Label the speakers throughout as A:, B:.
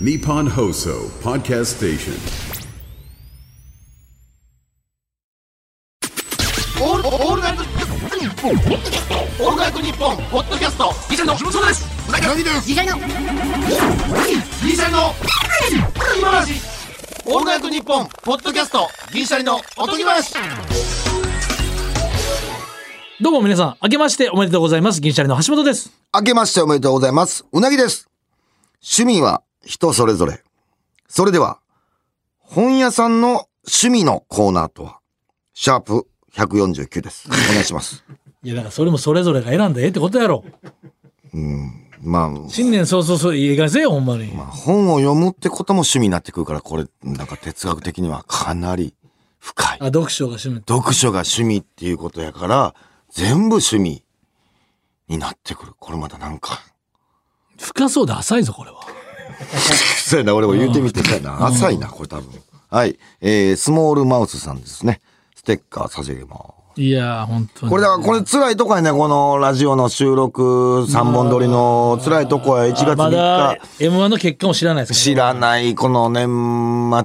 A: Nippon Hoso Podcast Station.
B: オールオールナイトニッポンオールナイトニッポンポッドキャストギシャリのそうです何ですギシャリのギシャリの今話オールナイトニッポンポッドキャストギシャリのおとぎ話
C: どうも皆さん、明けましておめでとうございます。銀シャリの橋本です。
D: 明けましておめでとうございます。うなぎです。趣味は人それぞれ。それでは、本屋さんの趣味のコーナーとは、シャープ149です。お願いします。
C: いや、だからそれもそれぞれが選んでええってことやろ。
D: まあ、
C: 新年早々そう、いいかせよ、ほんまに。
D: 本を読むってことも趣味になってくるから、これ、なんか哲学的にはかなり深い
C: あ、。読書が趣味。
D: 読書が趣味っていうことやから、全部趣味になってくる。これまたなんか。
C: 深そうで浅いぞ、これは。
D: そうやな、俺も言うてみてたな。浅いな、これ多分。はい。えー、スモールマウスさんですね。ステッカー差し上げます。
C: いやー、本当に。
D: これだから、これ辛いとこやね、このラジオの収録3本撮りの辛いとこや、1月
C: まだ
D: 3日。、
C: M1 の結果も知らないですけ
D: 知らない、この年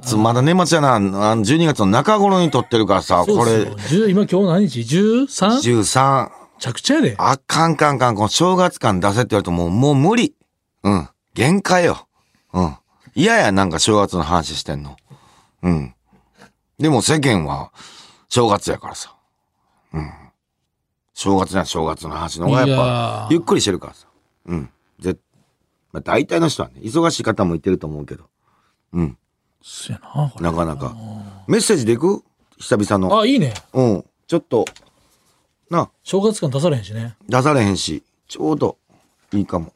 D: 末、まだ年末やな、あの12月の中頃に撮ってるからさ、
C: ど。
D: こ
C: そうです
D: れ
C: よ、10今今日何日 ?13?
D: 13、
C: 着ちゃやで。
D: あかんかんかん、この正月感出せって言われても、もう無理。うん。限界よ。うん。嫌やなんか正月の話してんの。うん。でも世間は正月やからさ。うん。正月なら正月の話の方が
C: い
D: やっ
C: や
D: ぱ、
C: ー
D: ゆっくりしてるからさ。うん。ぜまあ、大体の人はね、忙しい方もいてると思うけど。うん。
C: そうやな、これ。
D: なかなか。メッセージでいく久々の。
C: あ、いいね。
D: うん。ちょっと、な、
C: 正月感出されへんしね。
D: 出されへんし、ちょうどいいかも。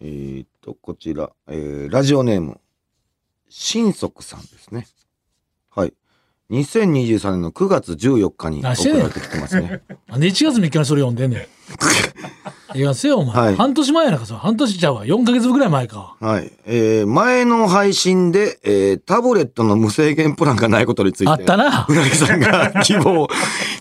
D: えーっと、こちら、えーラジオネーム、新足さんですね。はい。2023年の9月14日に
C: あして
D: 送
C: ね
D: られてきてますね。
C: なんで1月3日にそれ読んでんねん。ええかせよ、お前。
D: はい
C: 半年前やなかさ。半年ちゃうわ。4ヶ月ぐらい前か。
D: はい。えー前の配信で、えータブレットの無制限プランがないことについて。
C: あっ たな
D: うなぎさんが希望、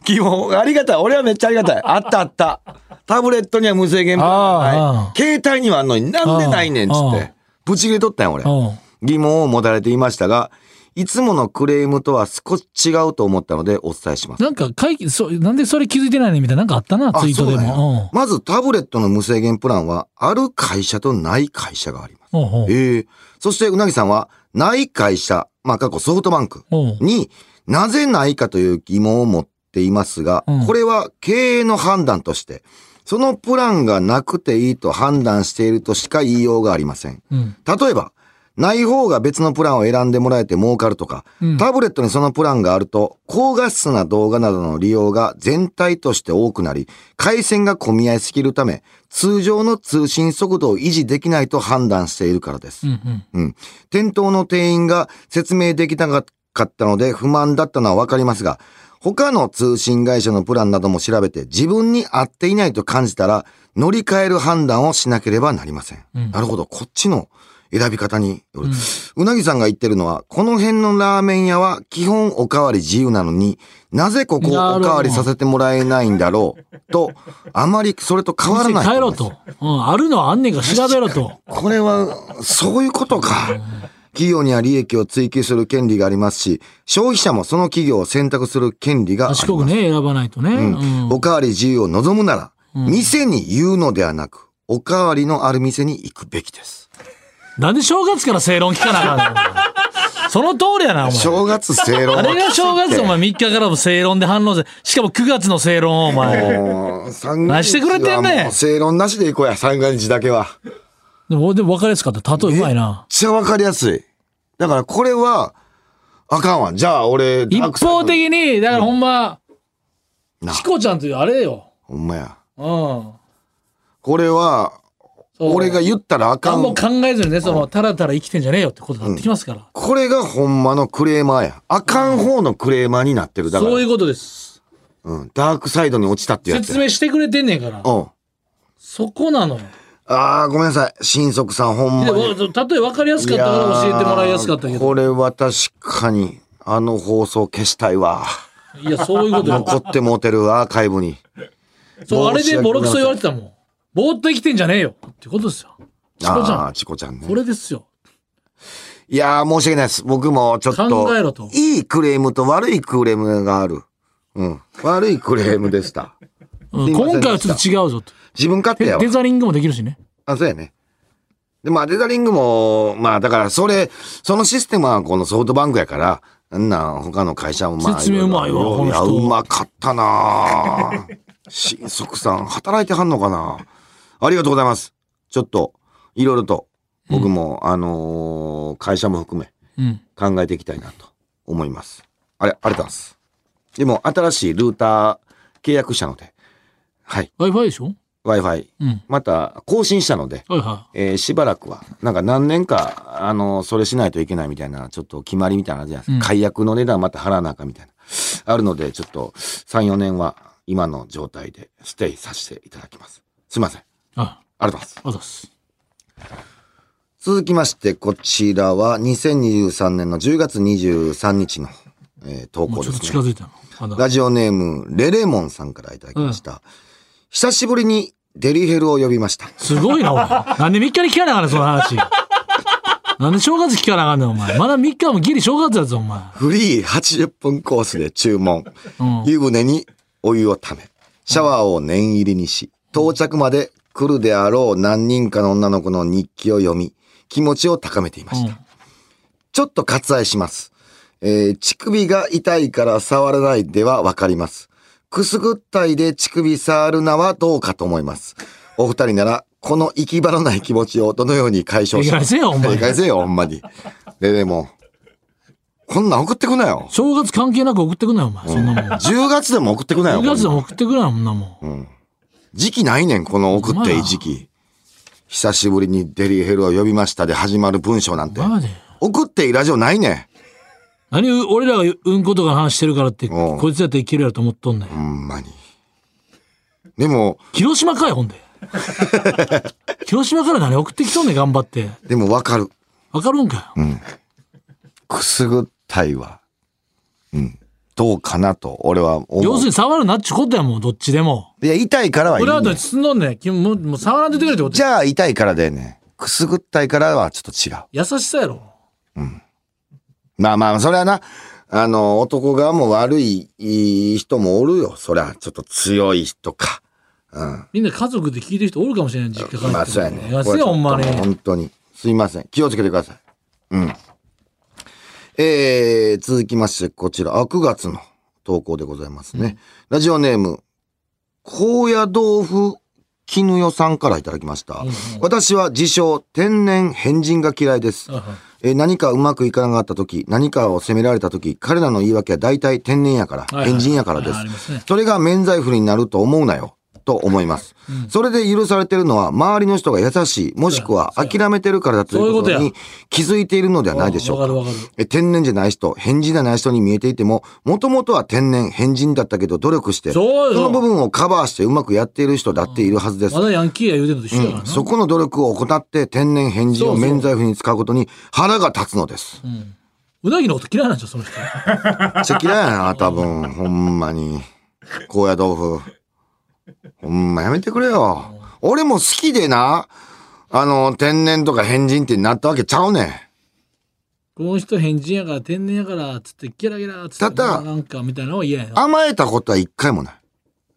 D: 希望、ありがたい。俺はめっちゃありがたい。あったあった。タブレットには無制限プランが
C: あああ
D: ない。携帯にはあんのになんでないねんっつっ
C: ああ
D: て。ぶち切れとったんや俺。
C: うん。
D: 疑問を持たれていましたが、いつものクレームとは少し違うと思ったのでお伝えします。
C: なんか会議、そう、なんでそれ気づいてないねみたいな、なんかあったな、ツイートで
D: あそうなんや
C: も。
D: まずタブレットの無制限プランは、ある会社とない会社があります。
C: うん。うんうん
D: ええそしてうなぎさんは、ない会社、まあ過去ソフトバンク
C: うん
D: になぜないかという疑問を持っていますが、
C: うん
D: これは経営の判断として、そのプランがなくていいと判断しているとしか言いようがありません。
C: うん。
D: 例えば、ない方が別のプランを選んでもらえて儲かるとか、
C: うん
D: タブレットにそのプランがあると、高画質な動画などの利用が全体として多くなり、回線が混み合いすぎるため、通常の通信速度を維持できないと判断しているからです
C: うん。うん。
D: うん。店頭の店員が説明できなかったので不満だったのはわかりますが、他の通信会社のプランなども調べて自分に合っていないと感じたら乗り換える判断をしなければなりません。
C: うん
D: なるほど。こっちの選び方による。うなぎさんが言ってるのは、この辺のラーメン屋は基本おかわり自由なのに、なぜここをお
C: なるほど
D: かわりさせてもらえないんだろうと、あまりそれと変わらない
C: 店
D: 思います。
C: 帰ろうと。うん。あるのはあんねんから調べろと。
D: これは、そういうことか。企業には利益を追求する権利がありますし、消費者もその企業を選択する権利があります。
C: 賢くね、選ばないとね。うん。
D: おかわり自由を望むなら、店に言うのではなく、おかわりのある店に行くべきです。
C: なんで正月から正論聞かなあ かんのその通りやな、お前。
D: 正月正論
C: あれが正月、お前
D: も
C: 3日からも正論で反応せ。しかも9月の正論を、お前。
D: う三が
C: 何
D: 日
C: してくれてんねん
D: はもう正論なしで行こうや、三が日だけは。
C: でも、でも分かりやすかった。例えうま
D: め
C: い
D: っ
C: な。
D: ちゃわかりやすい。だからこれは、あかんわ。じゃあ俺、
C: 一
D: ダークサイド
C: 方的に、だからほんま、
D: な
C: チコちゃんというあれよ。
D: ほんまや。
C: うん。そ
D: これは、
C: う
D: 俺が言ったらあか
C: 何
D: ん
C: も考えずにね、その、たらたら生きてんじゃねえよってことになってきますから。
D: これがほんまのクレーマーや。あかん方のクレーマーになってる。だから、
C: そういうことです。
D: うん、ダークサイドに落ちたっていうやつ
C: 説
D: や。
C: 明してくれてんねんから。
D: うん。
C: そこなのよ。
D: あー、ごめんなさい。新速さん、ほんま
C: で、
D: に。
C: わ例えば分かりやすかったから教えてもらいやすかったけ
D: いやー
C: ど。
D: これは確かに、あの放送消したいわ。
C: いや、そういうこと
D: 残
C: よ。
D: ってもうてる アーカイブに。
C: そう、あれ
D: 申し
C: で
D: 訳
C: ボロクソ言われてたもん。ぼーっと生きてんじゃねえよ。ってことですよ。チコちゃん
D: あーチコちゃんね
C: こ。れですよ。
D: いやー、申し訳ないです。僕もちょっと。
C: 考えろと
D: いいクレームと悪いクレームがある。うん。悪いクレームでした。
C: うん
D: すいませんでした
C: 今回はちょっと違うぞと。
D: 自分勝手や
C: で
D: わ
C: デ。ザリングもできるしね。
D: あ、そうやね。で、まあ、デザリングも、まあ、だから、それ、そのシステムはこのソフトバンクやから、なんなん、他の会社もまあ、
C: 説明うまい
D: ろ
C: わ
D: ろ
C: この人
D: いや、うまかったなぁ新速さん、働いてはんのかなありがとうございます。ちょっと、いろいろと、僕も、あのー会社も含め、
C: うん。
D: 考えていきたいなと思います。あれ、ありがとうございます。でも、新しいルーター契約したので、はい、
C: Wi-Fi でしょ
D: Wi-Fi、
C: うん。
D: また更新したので、
C: はいは
D: えーしばらくは、なんか何年か、あの、それしないといけないみたいな、ちょっと決まりみたいなのあるじゃないですか。
C: うん
D: 解約の値段また払わなあかんみたいな。あるので、ちょっと、3、4年は今の状態でステイさせていただきます。すいません。
C: い。あ、
D: ありがとうございます。
C: あざっす。
D: 続きまして、こちらは2023年の10月23日の、えー投
C: も
D: 稿
C: うち
D: で
C: ょ
D: す
C: っと近
D: ね。
C: づいたの。まだ
D: ラジオネーム、レレモンさんからいただきました。久しぶりにデリヘルを呼びました。
C: すごいな、お前。なんで3日に聞かなあかんねんその話。なんで正月聞かなあかんねん、お前。まだ3日もギリ正月やぞ、お前。
D: フリー80分コースで注文。
C: うん。
D: 湯船にお湯をため、シャワーを念入りにし、到着まで来るであろう何人かの女の子の日記を読み、気持ちを高めていました。
C: うん
D: ちょっと割愛します。えー乳首が痛いから触らないではわかります。くすぐったいで乳首触るなはどうかと思います。お二人なら、この行き場のない気持ちをどのように解消します
C: ええかげんにせえよほんまに
D: ええかげにせえよ、ほんまに。で、でも、こんなん送ってくなよ。
C: 正月関係なく送ってくなよ、お前。そんなもん。
D: 10月でも送ってくなよ。
C: 正月でも送ってくなよ、そんなもん。
D: 時期ないねん、この送っていい時期。久しぶりにデリヘルを呼びましたで始まる文章なんて。
C: マジで。
D: 送っていいラジオないね
C: 何俺らがうんことかの話してるからって、
D: うん
C: こいつだっていけるやろと思っとんねん
D: ん。。ほんまに。でも、
C: 広島かい、 ほんで。広島から何送ってきとんねん、頑張って。
D: でもわかる。
C: わかるんかよ。
D: くすぐったいは。うん。どうかなと、俺は思
C: 要する
D: う。
C: に触るなっちゅうことやもん、どっちでも。
D: いや、痛いからはいい、
C: 俺らと
D: ねん。
C: 包んどんねん。君もうもう触らんといてくれってこと
D: じゃあ、痛いからでねん。くすぐったいからはちょっと違う。
C: 優しさやろ。
D: まあまあ、それはな、あの、男側も悪いいい人もおるよ。そりゃ、ちょっと強い人か。
C: みんな家族で聞いてる人おるかもしれない、実家から。
D: まあ、そうやね。
C: 安いよ、ほんまに。
D: 本当に。すいません。気をつけてください。うん。えー、続きまして、こちら、あ9月の投稿でございますね。ラジオネーム、高野豆腐絹代さんからいただきました。私は自称、天然変人が嫌いです。
C: はいはい
D: えー何かうまくいかなかった時、何かを責められた時、彼らの言い訳は大体天然やから、
C: はいはい
D: 変人やからで
C: ああります
D: す
C: ね。
D: それが免罪符になると思うなよ、と思います。それで許されてるのは、周りの人が優しい、もしくは諦めてるからだということ
C: そういう
D: に
C: こ
D: 気づいているのではないでしょう
C: わかる
D: か。
C: わかる。
D: え天然じゃない人、変人じゃない人に見えていても、もともとは天然、変人だったけど努力して、
C: そうよ
D: の部分をカバーしてうまくやっている人だっているはずです
C: ま。だヤンキーや言うてんのと一緒やからな。
D: そこの努力を怠って天然変人を免罪符に使うことに腹が立つのです。
C: うなぎのこと嫌いなんでしょ、その人。
D: めっちゃ嫌いやな、多分。ほんまに。高野豆腐。ほんまやめてくれよ。俺も好きでな、あの、天然とか変人ってなったわけちゃうねん。
C: この人変人やから天然やからっつってギラギラっつって
D: ただ
C: なんかみたいなのは嫌やな。
D: 甘えたことは一回もない。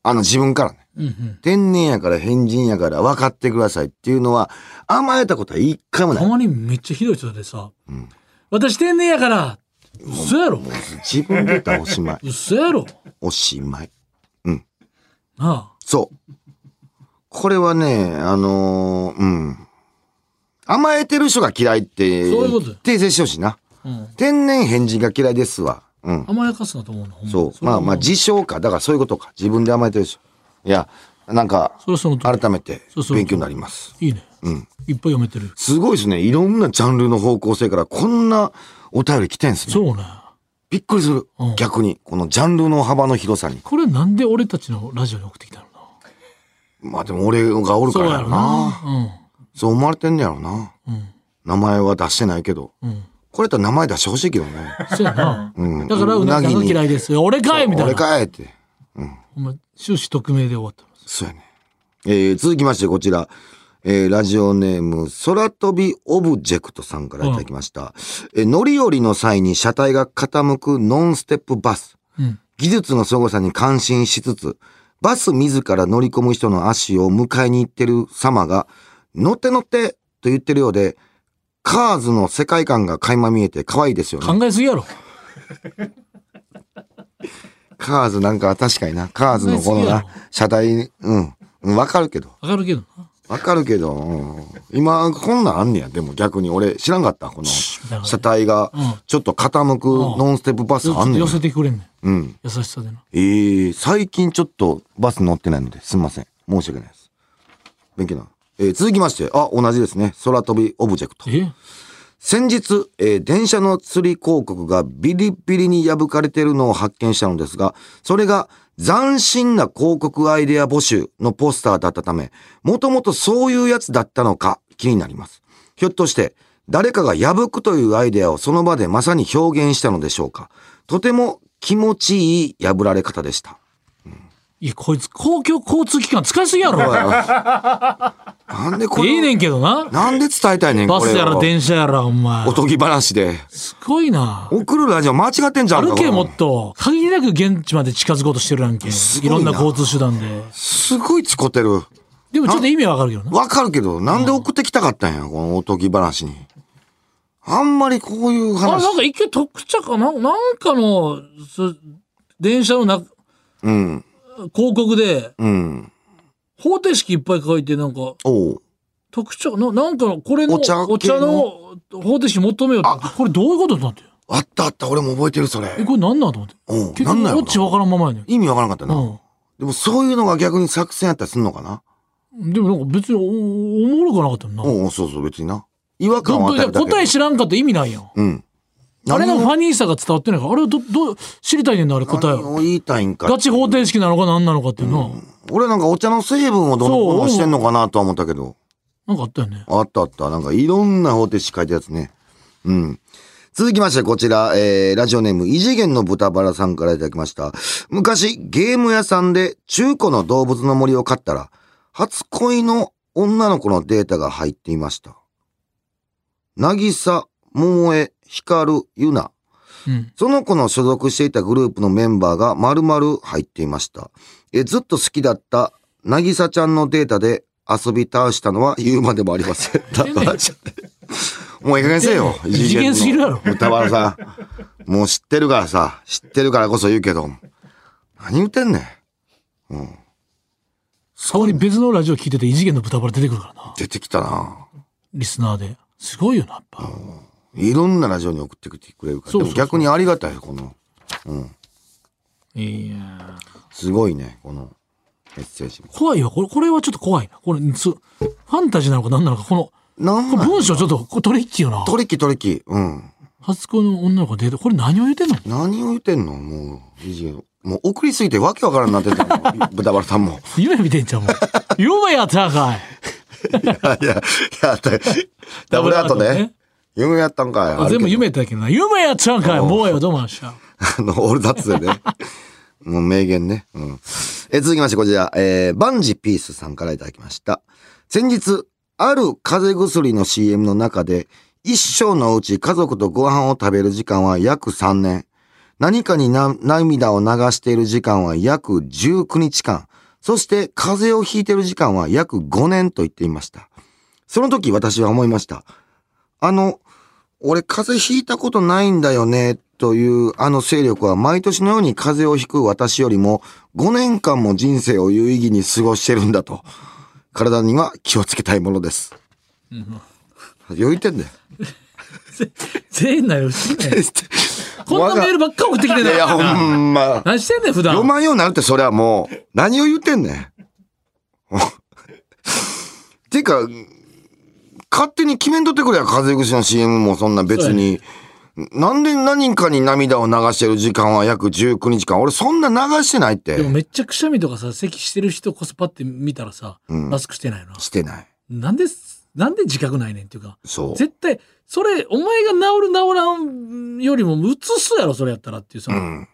D: あの、自分からね。
C: うんうん。
D: 天然やから変人やから分かってくださいっていうのは、甘えたことは一回もな
C: た
D: い。
C: まにめっちゃひどい人でさ、私天然やから、嘘やろ
D: 自分で言ったらおしまい。
C: 嘘やろ
D: おしまい。
C: なあ。
D: そう。これはね、あのーうん。甘えてる人が嫌いって、
C: そういうこと
D: 訂正してほしいな。
C: うん。
D: 天然変人が嫌いですわ。うん。
C: 甘やかすなと思うの。ほんま
D: そう。
C: れ
D: ま
C: は
D: あ
C: も
D: まあ、自称か。だからそういうことか。自分で甘えてる人。いや、なんか、
C: それはその通り
D: 改めて
C: そうそう
D: 勉強になります。
C: いいね。いっぱい読めてる。
D: すごいですね。いろんなジャンルの方向性からこんなお便り来てんすね。
C: そうね。
D: びっくりする。
C: うん
D: 逆に、このジャンルの幅の広さに。
C: これなんで俺たちのラジオに送ってきたのかな
D: まあでも俺がおるか
C: そう
D: ら
C: や
D: や
C: ろ
D: ろ
C: な
D: な。。
C: う
D: そう思われてんねやろな。名前は出してないけど。
C: ん。うん。
D: これやったら名前出してほしいけ どね。
C: そうやな。
D: うん。
C: だからうなぎが嫌
D: い。
C: いです。俺かいみたい
D: 俺
C: な。
D: かえって。
C: お前終始匿名で終わったの
D: そうやね。えー、続きましてこちら。えーラジオネーム、空飛びオブジェクトさんからいただきました。えー乗り降りの際に車体が傾くノンステップバス。
C: うん
D: 技術の凄さに感心しつつ、バス自ら乗り込む人の足を迎えに行ってる様が、乗って乗ってと言ってるようで、カーズの世界観が垣間見えて可愛いですよね。
C: 考えすぎやろ。
D: カーズなんか確かにな。カーズのこの
C: 考えすぎや
D: な
C: ろ、
D: 車体、うん。うんわかるけど。
C: わかるけどな。
D: わかるけど、うん今、こんなんあんねや。でも逆に俺知らんかった。こ
C: なる
D: の、
C: ほど
D: 車体が
C: うん、
D: ちょっと傾く
C: うん
D: ノンステップバスあんねん
C: 寄。せてくれんねん。
D: うん。
C: 優しさでな。
D: えー、最近ちょっとバス乗ってないので、すいません。申し訳ないです。勉強な。えー続きまして、あ、同じですね。空飛びオブジェクト。
C: え
D: 先日、えー電車の釣り広告がビリビリに破かれているのを発見したのですが、それが斬新な広告アイデア募集のポスターだったため、もともとそういうやつだったのか気になります。ひょっとして、誰かが破くというアイデアをその場でまさに表現したのでしょうか。とても気持ちいい破られ方でした。
C: いや、こいつ公共交通機関使いすぎやろ。
D: なんでこれを
C: いいねんけどな。
D: なんで伝えたいねん、これ
C: バ
D: を。
C: スやら電車やら、お前
D: お。とぎ話で。
C: すごいな。
D: 送るラジオ間違ってんじゃんか
C: 歩け
D: この
C: もっと、限りなく現地まで近づこうとしてるやん
D: ご
C: け。
D: い
C: い
D: な
C: ろんな交通手段で。
D: すごいつこてる。
C: でもちょっと意味わかるけどな。
D: わかるけど、なんで送ってきたかったんや、このおとぎ話に。あんまりこういう
C: あれ
D: 話
C: な。んか一回特茶かななんかの、そ電車のな
D: うん。
C: 広告で、
D: うん。
C: 方程式いっぱい書いて、なんか、
D: おう。
C: 特茶、ななんかの、これの、
D: お茶系の
C: お茶の方程式求めようって。これどういうことだって。
D: あったあった、俺も覚えてる、それ。
C: え、これなんなんと思って。
D: おう。
C: 結
D: なん
C: 局、
D: なん
C: ど
D: や
C: っち
D: ろな
C: わからんままやねん。
D: 意味わからなかったな。
C: う
D: でもそういうのが逆に作戦やったりすんのかな。
C: ん。でもなんか別におおもろくはなかったよな。
D: おうおう、そうそう、別にな。違和感は与
C: ど
D: え
C: ど
D: るだけ
C: 答え知らんかったら意味ないやん。
D: うん。
C: あれの
D: 何
C: フ
D: を
C: ァニーさが伝わってないから、あれをど、どう、知りたいねんな、あれ答え
D: 何
C: を。
D: を言いたいんか。
C: ガチ方程式なのか何なのかっていうのは、
D: 俺なんかお茶の成分をどのこうのしてんのかなとは思ったけど。
C: なんかあったよね。
D: あったあった。なんかいろんな方程式書いたやつね。うん。続きまして、こちら、えー、ラジオネーム、異次元の豚バラさんからいただきました。昔、ゲーム屋さんで中古の動物の森を買ったら、初恋の女の子のデータが入っていました。なぎさ、ももえ、ひかる、ゆな。
C: うん。
D: その子の所属していたグループのメンバーが丸々入っていました。えずっと好きだった、なぎさちゃんのデータで遊び倒したのは言うまでもありません。だからちょっともういい加減せえよ。
C: 異次元すぎるやろ
D: 歌丸さん。もう知ってるからさ、知ってるからこそ言うけど、何言ってんねん。
C: そこに別のラジオ聞いてて異次元の豚バラ出てくるからな。
D: 出てきたな。
C: リスナーで。すごいよな、やっぱ。
D: いろんなラジオに送ってきてくれるから。
C: そうそうそう
D: でも逆にありがたいよ、この。
C: いや
D: すごいね、このメッセージも。
C: 怖いわ。これ、これはちょっと怖いな。これ、すファンタジーなのか何なのか、この、
D: なん
C: こ
D: な
C: の
D: ん
C: 文章ちょっと、これトリッキーよな。
D: トリキトリキ。うん。
C: 初恋の女の子が出て、これ何を言ってんの
D: 何を言ってんのもう、異次元。もう送りすぎてわけわからんなってた もん豚バラさんも。
C: 夢見てんじゃ ん、もう。夢やったんかい。
D: いや、いや、 ダブルアート
C: ダブルアート
D: ね
C: ね。
D: 夢やったんかい。あ
C: あ
D: るけ
C: 全
D: ど
C: 部夢やったけどな。夢やったんかい、もうよ、どうもあっしゃ。
D: あの、オールダッツでね。もう名言ね。うん。え、続きまして、こちら、えー、バンジピースさんからいただきました。先日、ある風邪薬の CM の中で、一生のうち家族とご飯を食べる時間は約3年。何かにな涙を流している時間は約19日間。そして、風邪をひいている時間は約5年と言っていました。その時私は思いました。あの、俺風邪ひいたことないんだよね、というあの勢力は毎年のように風邪をひく私よりも5年間も人生を有意義に過ごしてるんだと。体には気をつけたいものです。よいてんだよ。
C: 全員なよ、知らんねん こんなメールばっか送ってきて
D: い
C: た
D: やいや、ほんま。
C: 何してんねん、普段。
D: 読まんようになるって、それはもう。何を言ってんねん。 っていうか、勝手に決めんとってくれや、風邪口の CM もそんな別に。なんで何かに涙を流してる時間は約19日間。俺そんな流してないっ
C: でも
D: て。
C: めっちゃくしゃみとかさ、咳してる人こそパって見たらさ、マスクしてないよな。
D: してない。
C: なんで、なんで自覚ないねんっていうか。
D: そう。
C: 絶対、それ、お前が治る治らんよりもうつすやろ、それやったらっていうさ。
D: うん。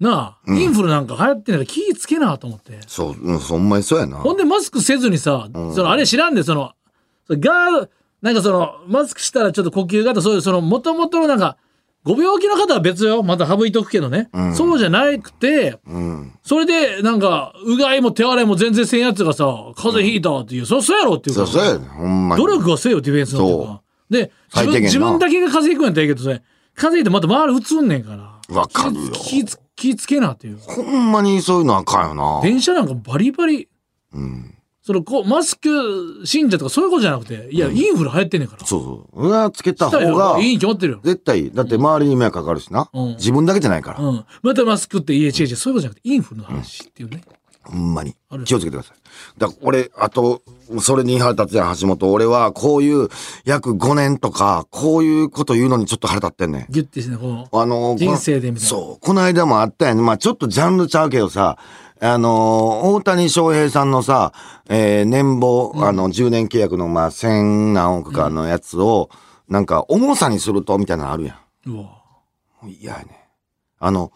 C: なあ、インフルなんか流行ってないから気ぃつけなと思って。
D: そう、うん、そんまにそうやな。
C: ほんでマスクせずにさ、そのあれ知らんで、その、それが、なんかその、マスクしたらちょっと呼吸がと、そういう、その、もともとのなんか、ご病気の方は別よ。また省いとくけどね。そうじゃなくて、
D: うん。
C: それで、なんか、うがいも手洗いも全然せんやつがさ、風邪ひいたっていう、そりゃそうやろっていう
D: そ
C: か
D: う、そうやねほんまに。
C: 努力はせよ、ディフェンスのとか。で自
D: 最低限な
C: 分、自分だけが風邪ひくんやったらいいけどさ、風邪ひいてまた周り映んねんから。
D: わかるよ。
C: 気つ気つけなっていう。
D: ほんまにそういうのあかんよな。
C: 電車なんかバリバリ、
D: うん。
C: そのこうマスク信者とかそういうことじゃなくて、いや、インフル流行ってんねんから。
D: そうそう。うわ、つけた
C: した
D: 方が
C: ら、いいに決まってるよ。
D: 絶対いい。だって周りに迷惑かかるしな。
C: うん
D: 自分だけじゃないから。
C: うん。またマスクって、いや、違う違う、そういうことじゃなくて、インフルの話っていうね。
D: ほんまに
C: ある。
D: 気をつけてください。だから俺、あと、それに腹立つやん、橋本。俺は、こういう、約5年とか、こういうこと言うのにちょっと腹立ってんねん。
C: ギュッてしてね、この。
D: あの
C: 人生でみたいな
D: そう。この間もあったやん、ね。まあちょっとジャンルちゃうけどさ、あのー大谷翔平さんのさ、えー年俸、あの、10年契約の、まあ千何億かのやつを、なんか、重さにすると、みたいなのあるやん。
C: うわ。
D: もう嫌やねんあの、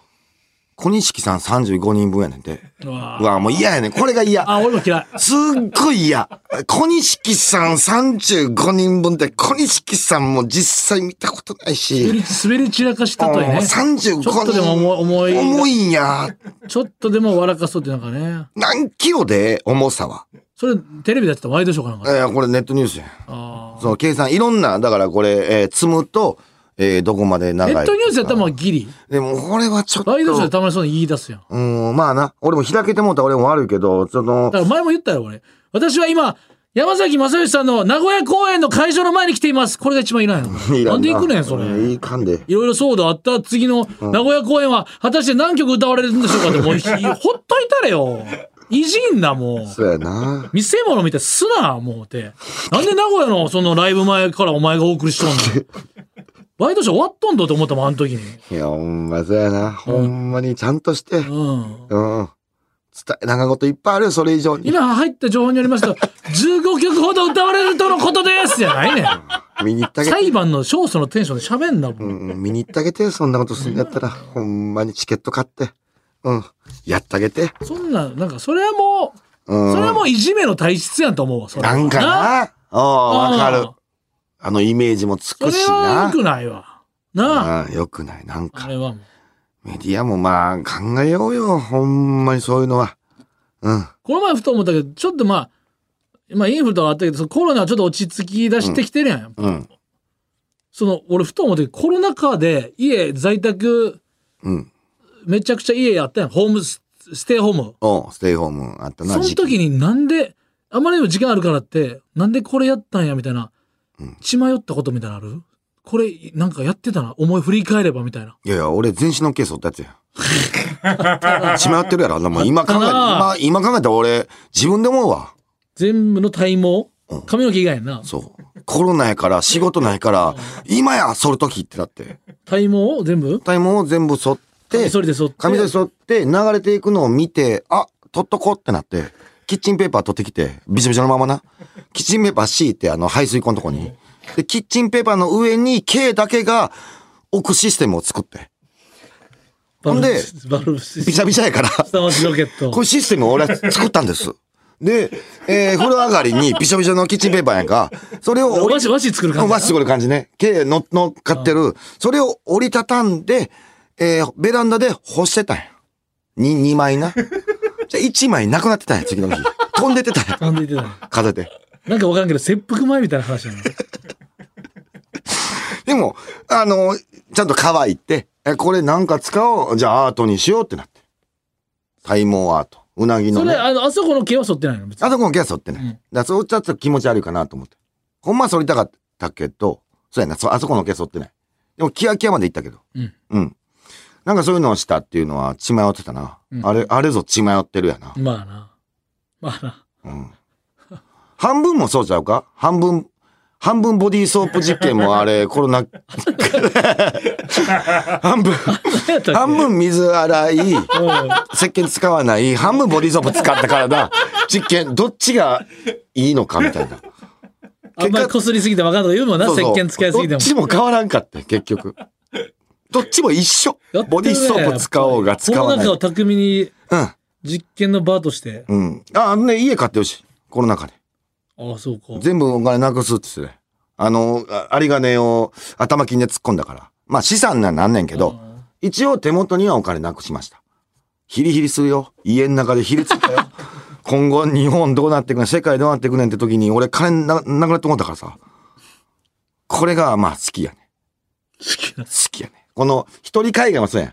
D: 小錦さん35人分やねんて。
C: うわ
D: うわ、もう嫌やねんこれが嫌。
C: あ、俺も嫌い。
D: すっごい嫌。小錦さん35人分って、小錦さんも実際見たことない
C: 滑
D: し。
C: り滑り散らかしたと
D: も
C: ね
D: う。35人。
C: ちょっとでも重重い
D: 重いんや。
C: ちょっとでも笑かそうってなんかね。
D: 何キロで重さは。
C: それ、テレビでやってたワイドショーかなん
D: え
C: か。
D: ーこれネットニュースやん。
C: あ
D: その計算、いろんな、だからこれ、えー積むと、えーどこまで
C: あ。
D: 長
C: ネ
D: い。
C: ットニュースやったらまあギリ。
D: でも、これはちょっと。
C: ワイドショーでたまにそういうの言い出すやん。
D: うーん、まあな。俺も開けてもうたら俺も悪いけど、その
C: だ、から前も言ったよ、俺。私は今、山崎正義さんの名古屋公演の会場の前に来ています。これが一番いらんやろ
D: いら
C: なんで行くねん、それ。
D: うんいかんで。
C: いろいろ騒動あった次の名古屋公演は果たして何曲歌われるんでしょうかって もうひほっといたれよ。いじんなもう。
D: そうやな。
C: 見せ物見てすな思うて。なんで名古屋のそのライブ前からお前がお送りしと んのワイドショー終わっとんどと思ったもん、あの時に。
D: いや、ほんまそうやな。ほんまにちゃんとして。うん。
C: うん。
D: 伝えながこといっぱいあるよ、それ以上に。
C: 今入った情報によりますと、15曲ほど歌われるとのことですじゃないねん。
D: 見に行ったげて。
C: 裁判の勝訴のテンションで喋んなもん。
D: うん、見に行ったげて、そんなことするんだったら。ほんまにチケット買って。うん。やったげて。
C: そんな、なんかそれはも
D: う
C: う、
D: ん。
C: それはもういじめの体質やんと思うわ、それは
D: なんかな。おあわか
C: う
D: る
C: ん。
D: あのイメージもつ
C: そ
D: く
C: れ
D: し
C: は
D: な。
C: 良くないわ。なあ。
D: うんよくない。なん
C: あ
D: か、
C: れはもう。
D: メディアもまあ考えようよ。ほんまにそういうのは。うん。
C: この前ふと思ったけど、ちょっとまあ、まあインフルとかあったけど、そのコロナはちょっと落ち着き出してきてるやん。
D: うん。
C: その、俺ふと思ったけど、コロナ禍で家、在宅、
D: うん。
C: めちゃくちゃ家やったやん。ホームス、ステイホーム。
D: おうステイホームあったな。
C: その
D: 時期
C: 時になんで、あまりにも時間あるからって、なんでこれやったんやみたいな、血迷ったことみたいなのあるこれ、なんかやってたな。思い振り返ればみたいな。
D: いやいや、俺全身のケースおったやつ やん。しまってるやろ、あんなもん。今考え、今、今考えたら俺、自分で思うわ。
C: 全部の体毛髪の毛以外やんな。
D: そう。コロナやから、仕事ないから、今や、剃る時ってだって。
C: 体毛を全部
D: 体毛を全部剃って、
C: それで剃って。
D: 髪の毛剃って、流れていくのを見て、あ、取っとこうってなって、キッチンペーパー取ってきて、びしょびしょのままな。キッチンペーパー敷いて、あの、排水口のとこに。で、キッチンペーパーの上に、K だけが、置くシステムを作って。
C: バ
D: ほん
C: ルブ
D: で
C: バルブ
D: びしゃびしゃやから。
C: 下町ロケット。
D: こういうシステムを俺は作ったんです。で、えー、風呂上がりにびしょびしょのキッチンペーパーやんか、それを折
C: 和
D: り、
C: 紙、和紙作る感
D: わし
C: じ。
D: すごい感じね。毛の、のっかってる。それを折りたたんで、えー、ベランダで干してたんや。に、二枚な。じゃ、一枚なくなってたんや、次の日。飛んでってたんや。
C: なんで言ってたの
D: 風で。
C: なんかわからんけど、切腹前みたいな話 なの。
D: でも、あのちゃんと乾いて、え、これなんか使おう。じゃあアートにしようってなって。体毛アート。うなぎの、
C: そ
D: ね。
C: れ、あの、あそこの毛は剃ってないの別に。
D: あそこも毛は剃ってない。
C: うん
D: だからそうちょっと気持ち悪いかなと思って。ほんまは剃りたかったけど、そうやな、そあそこの毛剃ってない。でも、キヤキヤまで行ったけど。
C: うん。
D: なんかそういうのをしたっていうのは血迷ってたな。
C: うん
D: あれ、あれぞ血迷ってるやな。
C: まあな。まあな。
D: うん。半分もそうちゃうか半分、半分ボディーソープ実験もあ れ、コロナ、 半分、
C: 何やったっけ
D: 半分水洗 い、
C: うん
D: 石鹸使わない、半分ボディーソープ使った体、実験、どっちがいいのかみたいな。
C: あんまり擦りすぎてわかんないとか言うもんな。
D: そう
C: 石
D: そう
C: 鹸使いすぎて
D: ど
C: も
D: っ。ちも変わらんかったよ結 局。どっちも一緒。ボディーソープ使おうが使
C: こ
D: わ
C: の
D: ない。
C: 中
D: う
C: を巧みに
D: ん。
C: 実験の場として。
D: うん。あ、あのね、家買ってほしい。コロナ禍で。
C: あああ、そうか。
D: 全部お金なくすって言ってたねあの、あり金を頭金で突っ込んだから。まあ資産にはなんねんけど、一応手元にはお金なくしました。ヒリヒリするよ。家の中でヒリつい たよ。今後日本どうなっていくねん、世界どうなっていくねんって時に俺金ななくなって思ったからさ。これがまあ好きやね。
C: 好きな
D: 好。きやね。この一人海外もそうやん。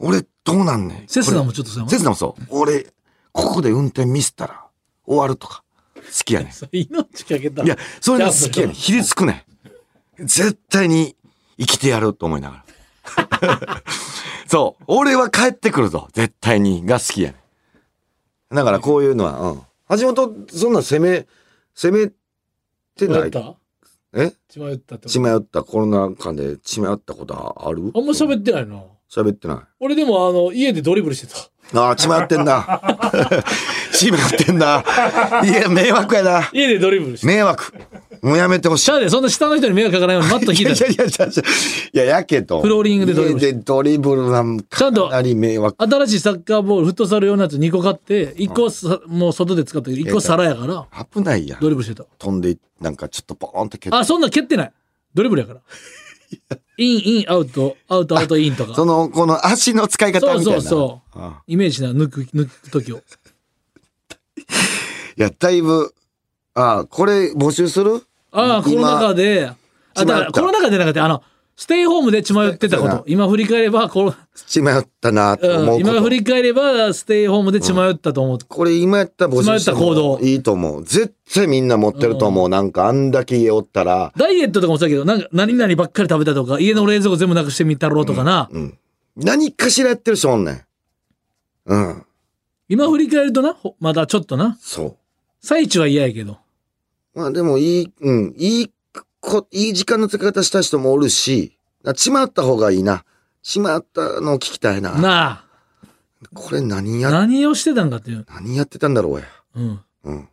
D: 俺どうなんねん。
C: セスナ
D: こ
C: もちょっとそ
D: れ
C: うやもん
D: セスナもそう。俺、ここで運転ミスったら終わるとか。好きやねん。
C: それ命かけた。
D: いや、それが好きやねん。ひりつくねん。絶対に生きてやると思いながら。そう。俺は帰ってくるぞ。絶対に。が好きやねん。だからこういうのは、うん。橋本、そんな攻め、攻めて
C: や
D: な
C: っ
D: い。
C: た
D: え
C: 血迷ったってこと
D: 血迷った、コロナ禍で血迷ったことはある
C: あんま喋ってないな。
D: 喋ってない。
C: 俺でも、あの、家でドリブルしてた。
D: ああ、血迷ってんな。 血迷ってんな。いや、迷惑やな。
C: 家でドリブルしてた。
D: 迷惑。もうやめてほしい
C: しゃあで、そんな下の人に迷惑かからないようにマット
D: い
C: 引
D: や
C: い
D: い
C: た
D: や
C: よ。
D: いやいやいや、やけど。
C: フローリングでドリブルし
D: 家でドリブルなんか。
C: ちゃんと
D: かなり迷惑。
C: 新しいサッカーボール、フットサル用のやつ2個買って、1個さもう外で使ったけど、1個皿やから、
D: 危ないやん
C: ド。リブルしてた。
D: 飛んでい、なんかちょっとポーンと蹴って。
C: あ、そんなん蹴ってない。ドリブ ルやから。イン、イン、アウト、アウト、アウト、インと
D: そ
C: か。
D: の、この足の使い方みたいな。
C: そうそう
D: そう。
C: イメージな、抜く、抜く時を。
D: いや、だいぶ、ああ、これ募集する
C: ああ、コロナ禍で、あ、だか
D: 血迷っ
C: ら
D: た
C: コロナ禍でなくて、あの、ステイホームで血迷ってたこ
D: そうやな
C: と。今振り返れば、コロ、
D: 血迷ったなと
C: う
D: 思
C: ん、
D: うこ
C: 今
D: と。
C: 振り返れば、ステイホームで血迷ったと思う。
D: これ今やったら募集しても
C: 血迷った行動
D: いいと思う。絶対みんな持ってると思う。なんかあんだけ家おったら、
C: ダイエットとかもそうだけど、なんか、何々ばっかり食べたとか、家の冷蔵庫全部なくしてみたろうとかな。
D: 何かしらやってる人おんねん。うん。
C: 今振り返るとな、ほまだちょっとな。
D: そう。
C: 最中は嫌やけど。
D: まあでもいい、うん、いいこ、いい時間の使い方した人もおるし、あちまった方がいいな。ちまったのを聞きたいな。
C: な
D: これ何や、
C: あ、何をしてたんかっていう。
D: 何やってたんだろうや。
C: うん。
D: うん。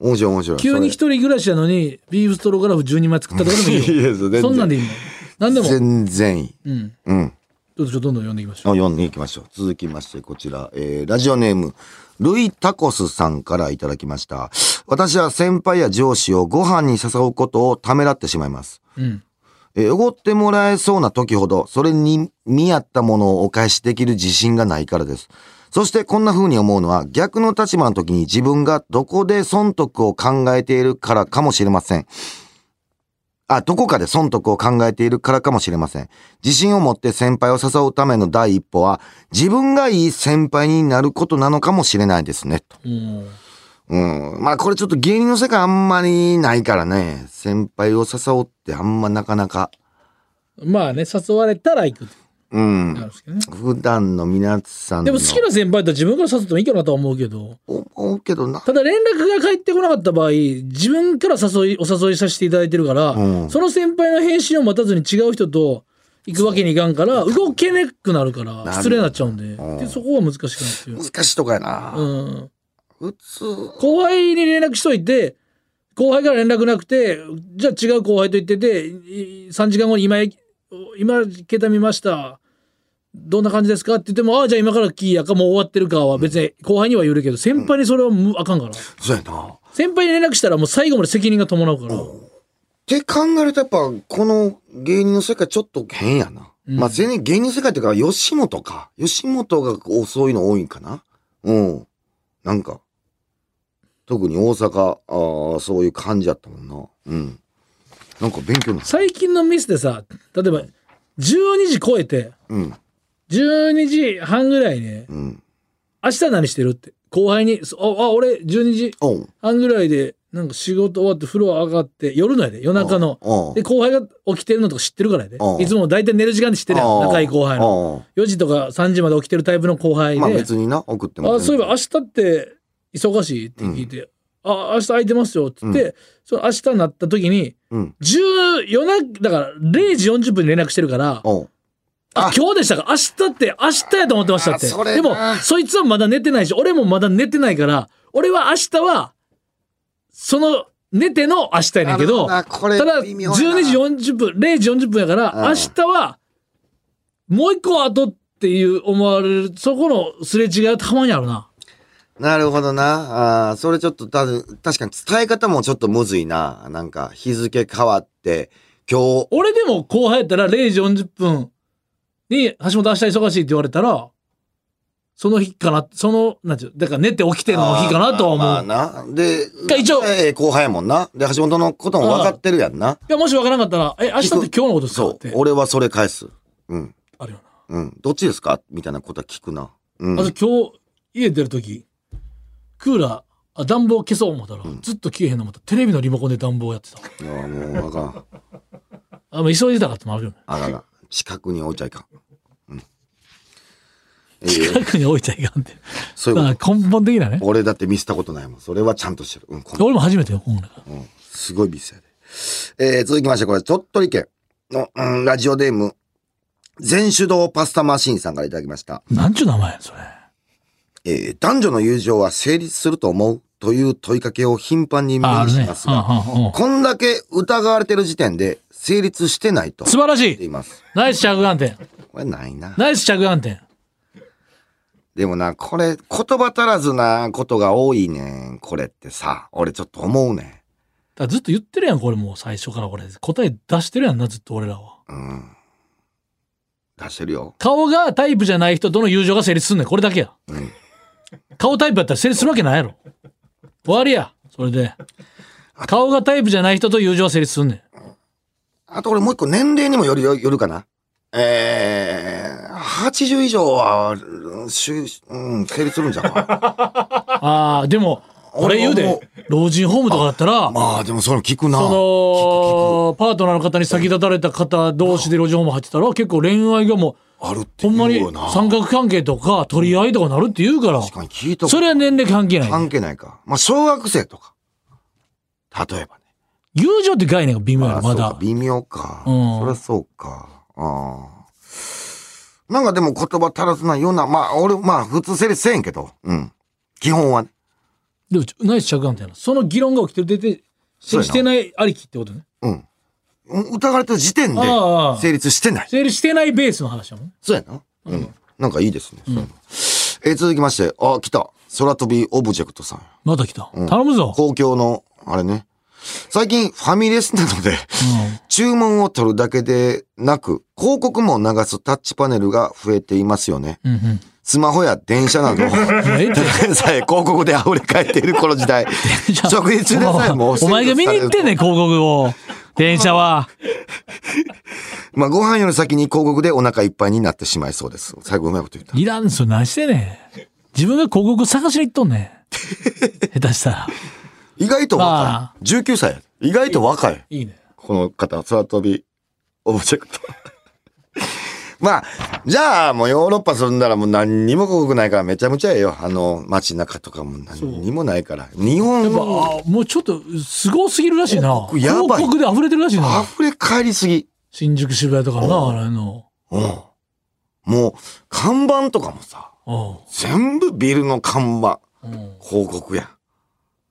D: 面白い面白い。
C: 急に
D: そ
C: 一人暮らしやのに、ビーフストロガラフ12枚作ったとかでも
D: れ
C: いい
D: い
C: よ。
D: や 全然
C: そんなんでいいもん。何でも。
D: 全然いい。
C: うん。
D: うん。
C: ちょっとちょっとどんどん読んでいきましょ
D: を読んでいきましょう。続きまして、こちら、えー、ラジオネーム、ルイ・タコスさんからいただきました。私は先輩や上司をご飯に誘うことをためらってしまいます。
C: う。うん。
D: えーおごってもらえそうな時ほど、それに見合ったものをお返しできる自信がないからです。そしてこんな風に思うのは、逆の立場の時に自分がどこで損得を考えているからかもしれません。あ、どこかで損得を考えているからかもしれません。自信を持って先輩を誘うための第一歩は、自分がいい先輩になることなのかもしれないですね、と。
C: うん。
D: うん。まあこれちょっと芸人の世界あんまりないからね、先輩を誘うってあんまなかなか。
C: まあね、誘われたら行くって
D: うん。
C: なるんですけどね。
D: 普段の皆さんの
C: でも好きな先輩と自分から誘ってもいいかなとは思うけど、
D: 思うけどな
C: ただ連絡が返ってこなかった場合、自分から誘い、お誘いさせていただいてるから、
D: うん
C: その先輩の返信を待たずに違う人と行くわけにいかんから、動けなくなるから、
D: る
C: 失礼になっちゃうんで、
D: うん
C: でそこは難しくなっていう。
D: 難しいとこやな、
C: うん。
D: 普通
C: 後輩に連絡しといて、後輩から連絡なくて、じゃあ違う後輩と言ってて、い3時間後に今、今、携帯見ました。どんな感じですかって言っても、ああ、じゃあ今からキーやか、もう終わってるかは別に後輩には言えるけど、先輩にそれはむあかんから。
D: そうやなっ
C: 先輩に連絡したらもう最後まで責任が伴うから。
D: て考えるとやっぱこの芸人の世界ちょっと変やな、
C: うん
D: まあ全然芸人の世界っていうか吉本か吉本が遅いの多いんかなうんなんか特に大阪あーそういう感じやったもんなうんなんか勉強になる
C: 最近のミスでさ、例えば、12時超えて、
D: うん
C: 12時半ぐらいね、
D: うん
C: 明日何してるって。後輩に、そあ、あ俺12時
D: おう
C: 半ぐらいで、なんか仕事終わって風呂上がって、夜のやで、夜中の。
D: おう
C: で、後輩が起きてるのとか知ってるからやで
D: う。ん
C: いつも大体寝る時間で知ってるやん。
D: おう
C: 仲いい後輩の。
D: おう
C: 4時とか3時まで起きてるタイプの後輩で。
D: まあ別にな送っても
C: あそういえば明日って忙しいって聞いて、あ明日空いてますよって言って、その明日になった時に、
D: うん
C: 10夜中だから0時40分に連絡してるから、
D: おう
C: あ今日でしたか明日って明日やと思ってましたって
D: あそれな
C: でもそいつはまだ寝てないし俺もまだ寝てないから俺は明日はその寝ての明日やねんけど
D: なるほどなこれ
C: ただ
D: 微
C: 12
D: 妙やな
C: 時40分0時40分やから
D: うん
C: 明日はもう一個後っていう思われるそこのすれ違いはたまにあるな
D: なるほどな。あーそれちょっとたぶん、確かに伝え方もちょっとむずいな。なんか、日付変わって、今日、
C: 俺でも後輩やったら0時40分に橋本明日忙しいって言われたら、その日かな、その、なんていうのだから寝て起きての日かなとは思う。
D: あーまあな。で、
C: が一応
D: ええ後輩やもんな。で、橋本のことも分かってるやんな。
C: いや、もしわからなかったら、え、明日って今日のことですか
D: そ
C: っ
D: う
C: て。。
D: 俺はそれ返す。うん。
C: あるよな。
D: うん。どっちですかみたいなことは聞くな。うん。
C: あと今日、家出るとき、クーラー、あ、暖房消そう思ったら、ずっと消えへんの思ったらテレビのリモコンで暖房やってた。
D: いやもうあかん。
C: あ、もう急いでたかってもあるよね。
D: あらら。近くに置いちゃいかん。うん。ええ
C: 近くに置いちゃいかんって。
D: そういう
C: だ
D: こ
C: から根本的なね
D: と。。俺だって見せたことないもん。それはちゃんとしてる。うん。こん
C: 俺も初めてよ、今回。
D: うんすごいビスやで。えー、続きまして、これ、鳥取県の、うん、ラジオネーム、全手動パスタマシンさんからいただきました。
C: なんちゅう名前やんそれ。
D: えー、男女の友情は成立すると思うという問いかけを頻繁に目
C: あ、あ
D: に
C: る
D: し
C: ね。
D: ます
C: うん
D: が、
C: うんうん
D: こんだけ疑われてる時点で成立してないと
C: 素晴らし
D: 言って
C: い
D: います。
C: ナイス着眼点
D: これないな。
C: ナイス着眼点
D: でもな、これ、言葉足らずなことが多いねん。これってさ、俺ちょっと思うねん。
C: だからずっと言ってるやん、これもう最初からこれ。答え出してるやんな、ずっと俺らは。
D: うん。出してるよ。
C: 顔がタイプじゃない人との友情が成立すんねん、これだけや。
D: うん。
C: 顔タイプやったら成立するわけないやろ。終わりや。それで。
D: あ
C: 顔がタイプじゃない人と友情は成立すんねん。
D: あと俺もう一個年齢にもよるよよるかな。えー、80以上は、うんしゅうん、成立するんじゃうか。
C: ああ、でも、俺言う
D: 俺は
C: で
D: も。
C: 老人ホームとかだったら、
D: まあでもそれも聞くな。
C: その、パートナーの方に先立たれた方同士で路上も入ってたら、結構恋愛がも
D: あるっ
C: う、
D: て
C: ほ
D: 言
C: んま
D: う
C: に
D: よな。
C: 三角関係とか取り合いとかなるって言うから、
D: 確かに聞いたこと
C: それは年齢関係ない。
D: 関係ないか。まあ小学生とか。例えばね。
C: 友情って概念が微妙や
D: あ
C: ろ、ま
D: そう
C: だ
D: か。微妙か。
C: うん
D: そりゃそうか。あーなんかでも言葉足らずないような、まあ俺、まあ普通成立せえへんけど。うん。基本はね。
C: でも、ちょナイス着眼点やな。その議論が起きてる出て、
D: そうやな
C: してないありきってことね。
D: うん。疑われてる時点で
C: ああ
D: 成立してない。
C: 成立してないベースの話だもん。
D: そうやな。うん。なんかいいですね。そういうのえー続きまして、あ、来た。空飛びオブジェクトさん。
C: また来た。頼むぞ。
D: 公共の、あれね。最近、ファミレスなどで、注文を取るだけでなく、広告も流すタッチパネルが増えていますよね。
C: うんうん。
D: スマホや電車な ど、
C: もうええって。
D: ただでさえ広告で溢れ返っているこの時代。食事中でさえも
C: お前が見に行ってんねん、広告を。電車は。
D: まあ、ご飯より先に広告でお腹いっぱいになってしまいそうです。最後うまいこと言った。
C: いらんすよ、何してんねん。自分が広告探しに行っとんねん。下手したら。
D: 意外と
C: まあ
D: 若い。19歳や。意外と若い。
C: いいね。
D: この方、空飛び、オブジェクト。 まあ、じゃあ、もうヨーロッパするんならもう何にも広告ないからめちゃめちゃええよ。あの、街中とかも何にもないから。日本
C: まあ
D: は、
C: もうちょっと、すごすぎるらしい
D: 広
C: な。
D: 告やばい
C: 広告で溢れてるらしいな。
D: 溢れ返りすぎ。
C: 新宿渋谷とかな、あれの。
D: うん。もう、看板とかもさ、
C: う
D: 全部ビルの看板、
C: んうん。
D: 広告やん。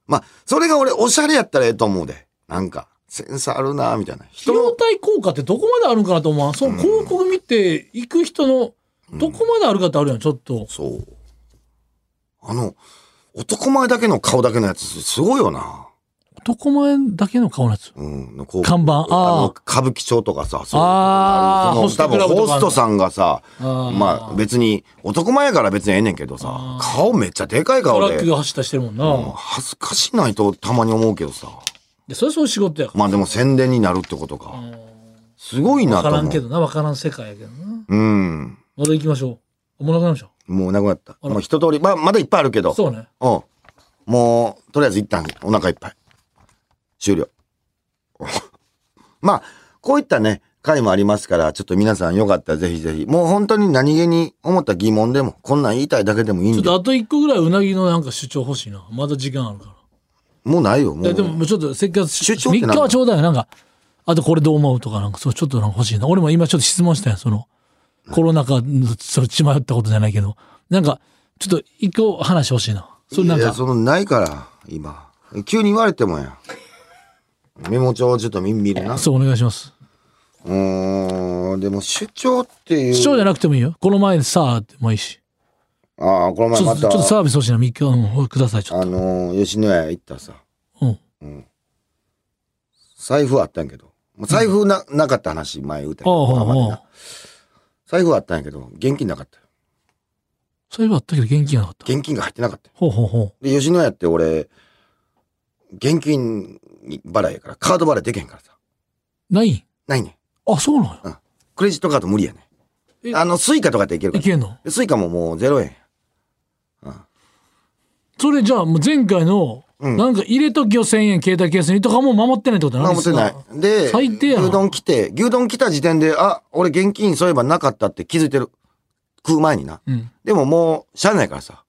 D: まあ、それが俺、おしゃれやったらええと思うで。なんか、センスあるなみたいな。人
C: 費用
D: の、
C: 対効果ってどこまであるんかなと思わん。その広告見て行く人の、どこまであるかってあるやん、ちょっと。
D: そう。あの、男前だけの顔だけのやつ、すごいよな。
C: 男前だけの顔のやつ。
D: うん、のこう
C: 看板あー
D: の歌舞伎町とかさ、そう
C: あー
D: その
C: ホスト
D: 多
C: ク
D: 分
C: ラブとかあ
D: ホ
C: んの
D: ストさんがさ、
C: あー
D: まあ別に男前やから別にええねんけどさ、顔めっちゃでかい
C: ト
D: 顔
C: ラ
D: で
C: ック、が走ったりしてるもんな。
D: うん恥ずかしないとたまに思うけどさ、
C: でそれはそういう仕事やから。
D: まあでも宣伝になるってことか。すごいな
C: わ
D: と
C: からん
D: 思
C: け
D: う。
C: どな、わからん世界やけどな。
D: うん。
C: まだ行きましょう。もうなくなりましょ
D: もうなくなった。
C: ら
D: もう一通り、まあまだいっぱいあるけど
C: う。、そうね。
D: うん。もう、とりあえず一旦お腹いっぱい。終了。 まあ、こういったね、回もありますから、ちょっと皆さんよかったらぜひぜひ、もう本当に何気に思った疑問でも、こんなん言いたいだけでもいい
C: ちょ
D: ん
C: っと
D: で。
C: あと一個ぐらいうなぎのなんか主張欲しいな。まだ時間あるから。
D: もうないよ、
C: い
D: も
C: や
D: う。
C: でももうちょっとせっかく
D: 主
C: 3
D: 張って
C: 日
D: なんだ
C: はちょうだいよなんかあとこれどう思うとかなんかそうちょっとなんか欲しいな俺も今ちょっと質問したよそのコロナ禍のそれ血迷ったことじゃないけどなんかちょっと一個話欲しいなそれなん
D: いや、
C: か
D: そのないから、今。急に言われてもや。メモ帳をちょっと見見るな。う
C: そうお願いします
D: ーん、でも主張っていう。
C: 主張じゃなくてもいいよこの前さあってもいいし
D: ああ、この
C: ち
D: 前
C: ょ
D: ま
C: っと
D: た。
C: ちょっとサービス欲しいな、3日、うん、ください、ちょっ
D: あのー吉野家行ったさ、
C: と。うん。
D: 財布あったんやけど、もう財布な,、なかった話前言うたけ
C: ああ、
D: ど、
C: あ
D: この前
C: ああ
D: な
C: あ。
D: 財布あったんやけど、現金なかったよ。
C: そういえばあったけど、現金がなかった。
D: 現金が入ってなかったよ。
C: ほうほうほ
D: で、吉野家って俺、現金払いやから、カード払いできへんからさ。
C: う。ないん
D: ないねん
C: あ、そうなんや。
D: クレジットカード無理やね
C: え
D: ん。あの、スイカとかっていけるか
C: い
D: ら。
C: けんの
D: でスイカももう0円。
C: それじゃあ、もう前回の、
D: うん
C: なんか入れときを1000円、携帯ケースにとかも守ってないってこと
D: ま
C: な
D: あ、
C: んで
D: 持っ
C: す
D: て
C: か
D: ない。で、
C: 最低やな
D: 牛丼来て、牛丼来た時点で、あ、俺現金そういえばなかったって気づいてる。食う前にな。
C: うん。
D: でももう、しゃあないからさ。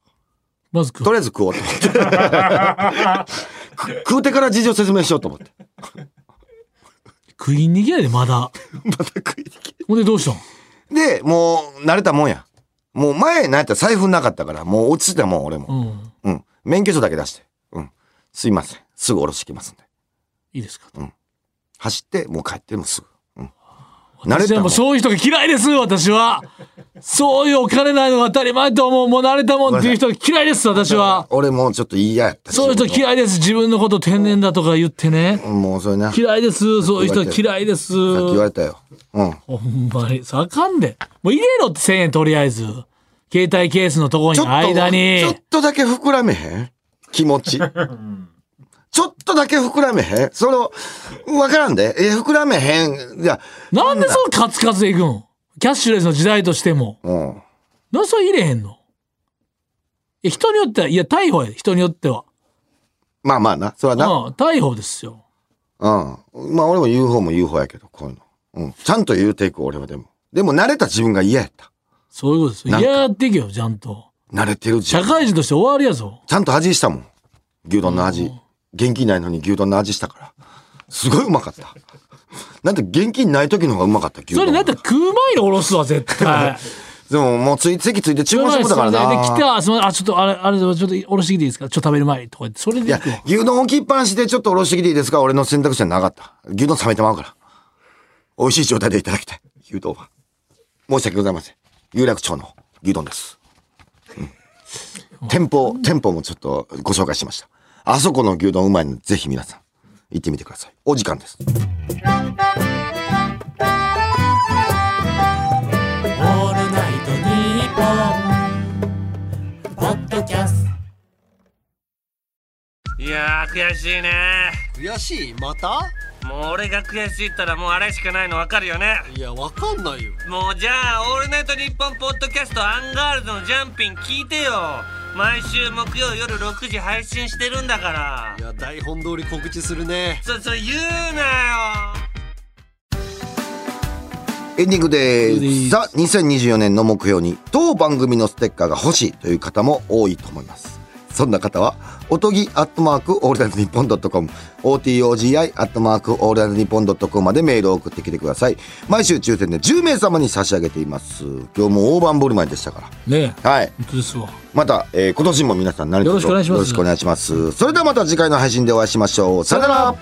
C: まずく
D: とりあえず食おうと思 って。く食うてから事情説明しようと思って。
C: 食い逃げやで、まだ。
D: また食いに来て
C: ほんで、どうしたん
D: で、もう、慣れたもんや。もう前、なんやったら財布なかったから、もう落ち着いたもん、俺
C: う
D: も。
C: ん。
D: うん。免許証だけ出して。うん。すいません。すぐ下ろしてきますんで。
C: いいですか。
D: 走って、もう帰って、もうすぐ。うん。慣れ
C: じゃ
D: たも
C: あも
D: ん
C: う。そういう人が嫌いです、私は。そういうお金ないのが当たり前と思う、もう慣れたもんっていう人が嫌いです、私は。
D: 俺もちょっと嫌やったし。
C: そういう人嫌いです、自分のこと天然だとか言ってね。
D: もうそれな。さっ
C: 嫌いです、そういう人は嫌いです。
D: き言われたよ。うん。
C: ほんまに、さあかんで。もう入れろって1000円とりあえず。携帯ケースのとこに、
D: ちょっと、
C: 間に
D: ちょ。っとだけ膨らめへん気持 ち。ちょっとだけ膨らめへんその、わからんで。え、膨らめへん。いや、
C: なんでそのカツカツでいくんキャッシュレスの時代としても。
D: うん。
C: なんでそれ入れへんのえ人によっては、いや、逮捕や、人によっては。
D: まあまあな。それは
C: うん
D: な。、
C: 逮捕ですよ。
D: うん。まあ俺も UFO も UFO やけど、こういうの。うん。ちゃんと言うていく、俺はでも。でも慣れた自分が嫌やった。
C: そういうことですよ。
D: なん
C: い
D: か
C: ややっていけよ、ちゃんと。
D: 慣れてる自
C: 社
D: 分。
C: 会人として終わりやぞ。
D: ちゃんと味したもん。牛丼の味。現金ないのに牛丼の味したから。すごいうまかった。なんて現金ない時の方がうまかった、牛
C: そ
D: 丼。
C: れなんだったら食う前におろすわ、絶 対。
D: でももうつい、席ついて注文しても
C: す
D: たからな。
C: で、来て、あ、すみません、あ、ちょっと、あれ、あれ、ちょっと、おろしてきていいですかちょっと食べる前に、とか言って、それ
D: い
C: で
D: や
C: 行くわ、
D: 牛丼置きっぱなしでちょっとおろしてきていいですか俺の選択肢はなかった。牛丼冷めてまうから。美味しい状態でいただきたい。牛丼は。申し訳ございません。有楽町の牛丼です。うん、店舗、店舗もちょっとご紹介しました。あそこの牛丼うまいのでぜひ皆さん、行ってみてください。お時間です。
E: 「オールナイトニッポン」「ポッドキャスト」
F: いやー悔しいね
G: 悔しいまた
F: もう俺が悔しいったらもうあれしかないの分かるよね
G: いやわかんないよ
F: もうじゃあ「オールナイトニッポン」ポッドキャストアンガールズのジャンピン聞いてよ毎週木曜夜6時配信してるんだから
G: いや台本通り告知するね
F: そそ言うなよ
D: エンディングで
C: エンディン
D: す。
C: グ
D: さあ、2024年の目標に当番組のステッカーが欲しいという方も多いと思います。そんな方は、おとぎアットマークオールナイトニッポンドットコム、OTOGI アットマークオールナイトニッポンドットコムまでメールを送ってきてください。毎週抽選で10名様に差し上げています。今日も大盤振る舞いでしたか
C: ねえ
D: ら。はい。
C: 本当ですわ。
D: また、えー今年も皆さん何卒
C: よろしくお願いします
D: よろしくお願いします。それではまた次回の配信でお会いしましょう。さよなら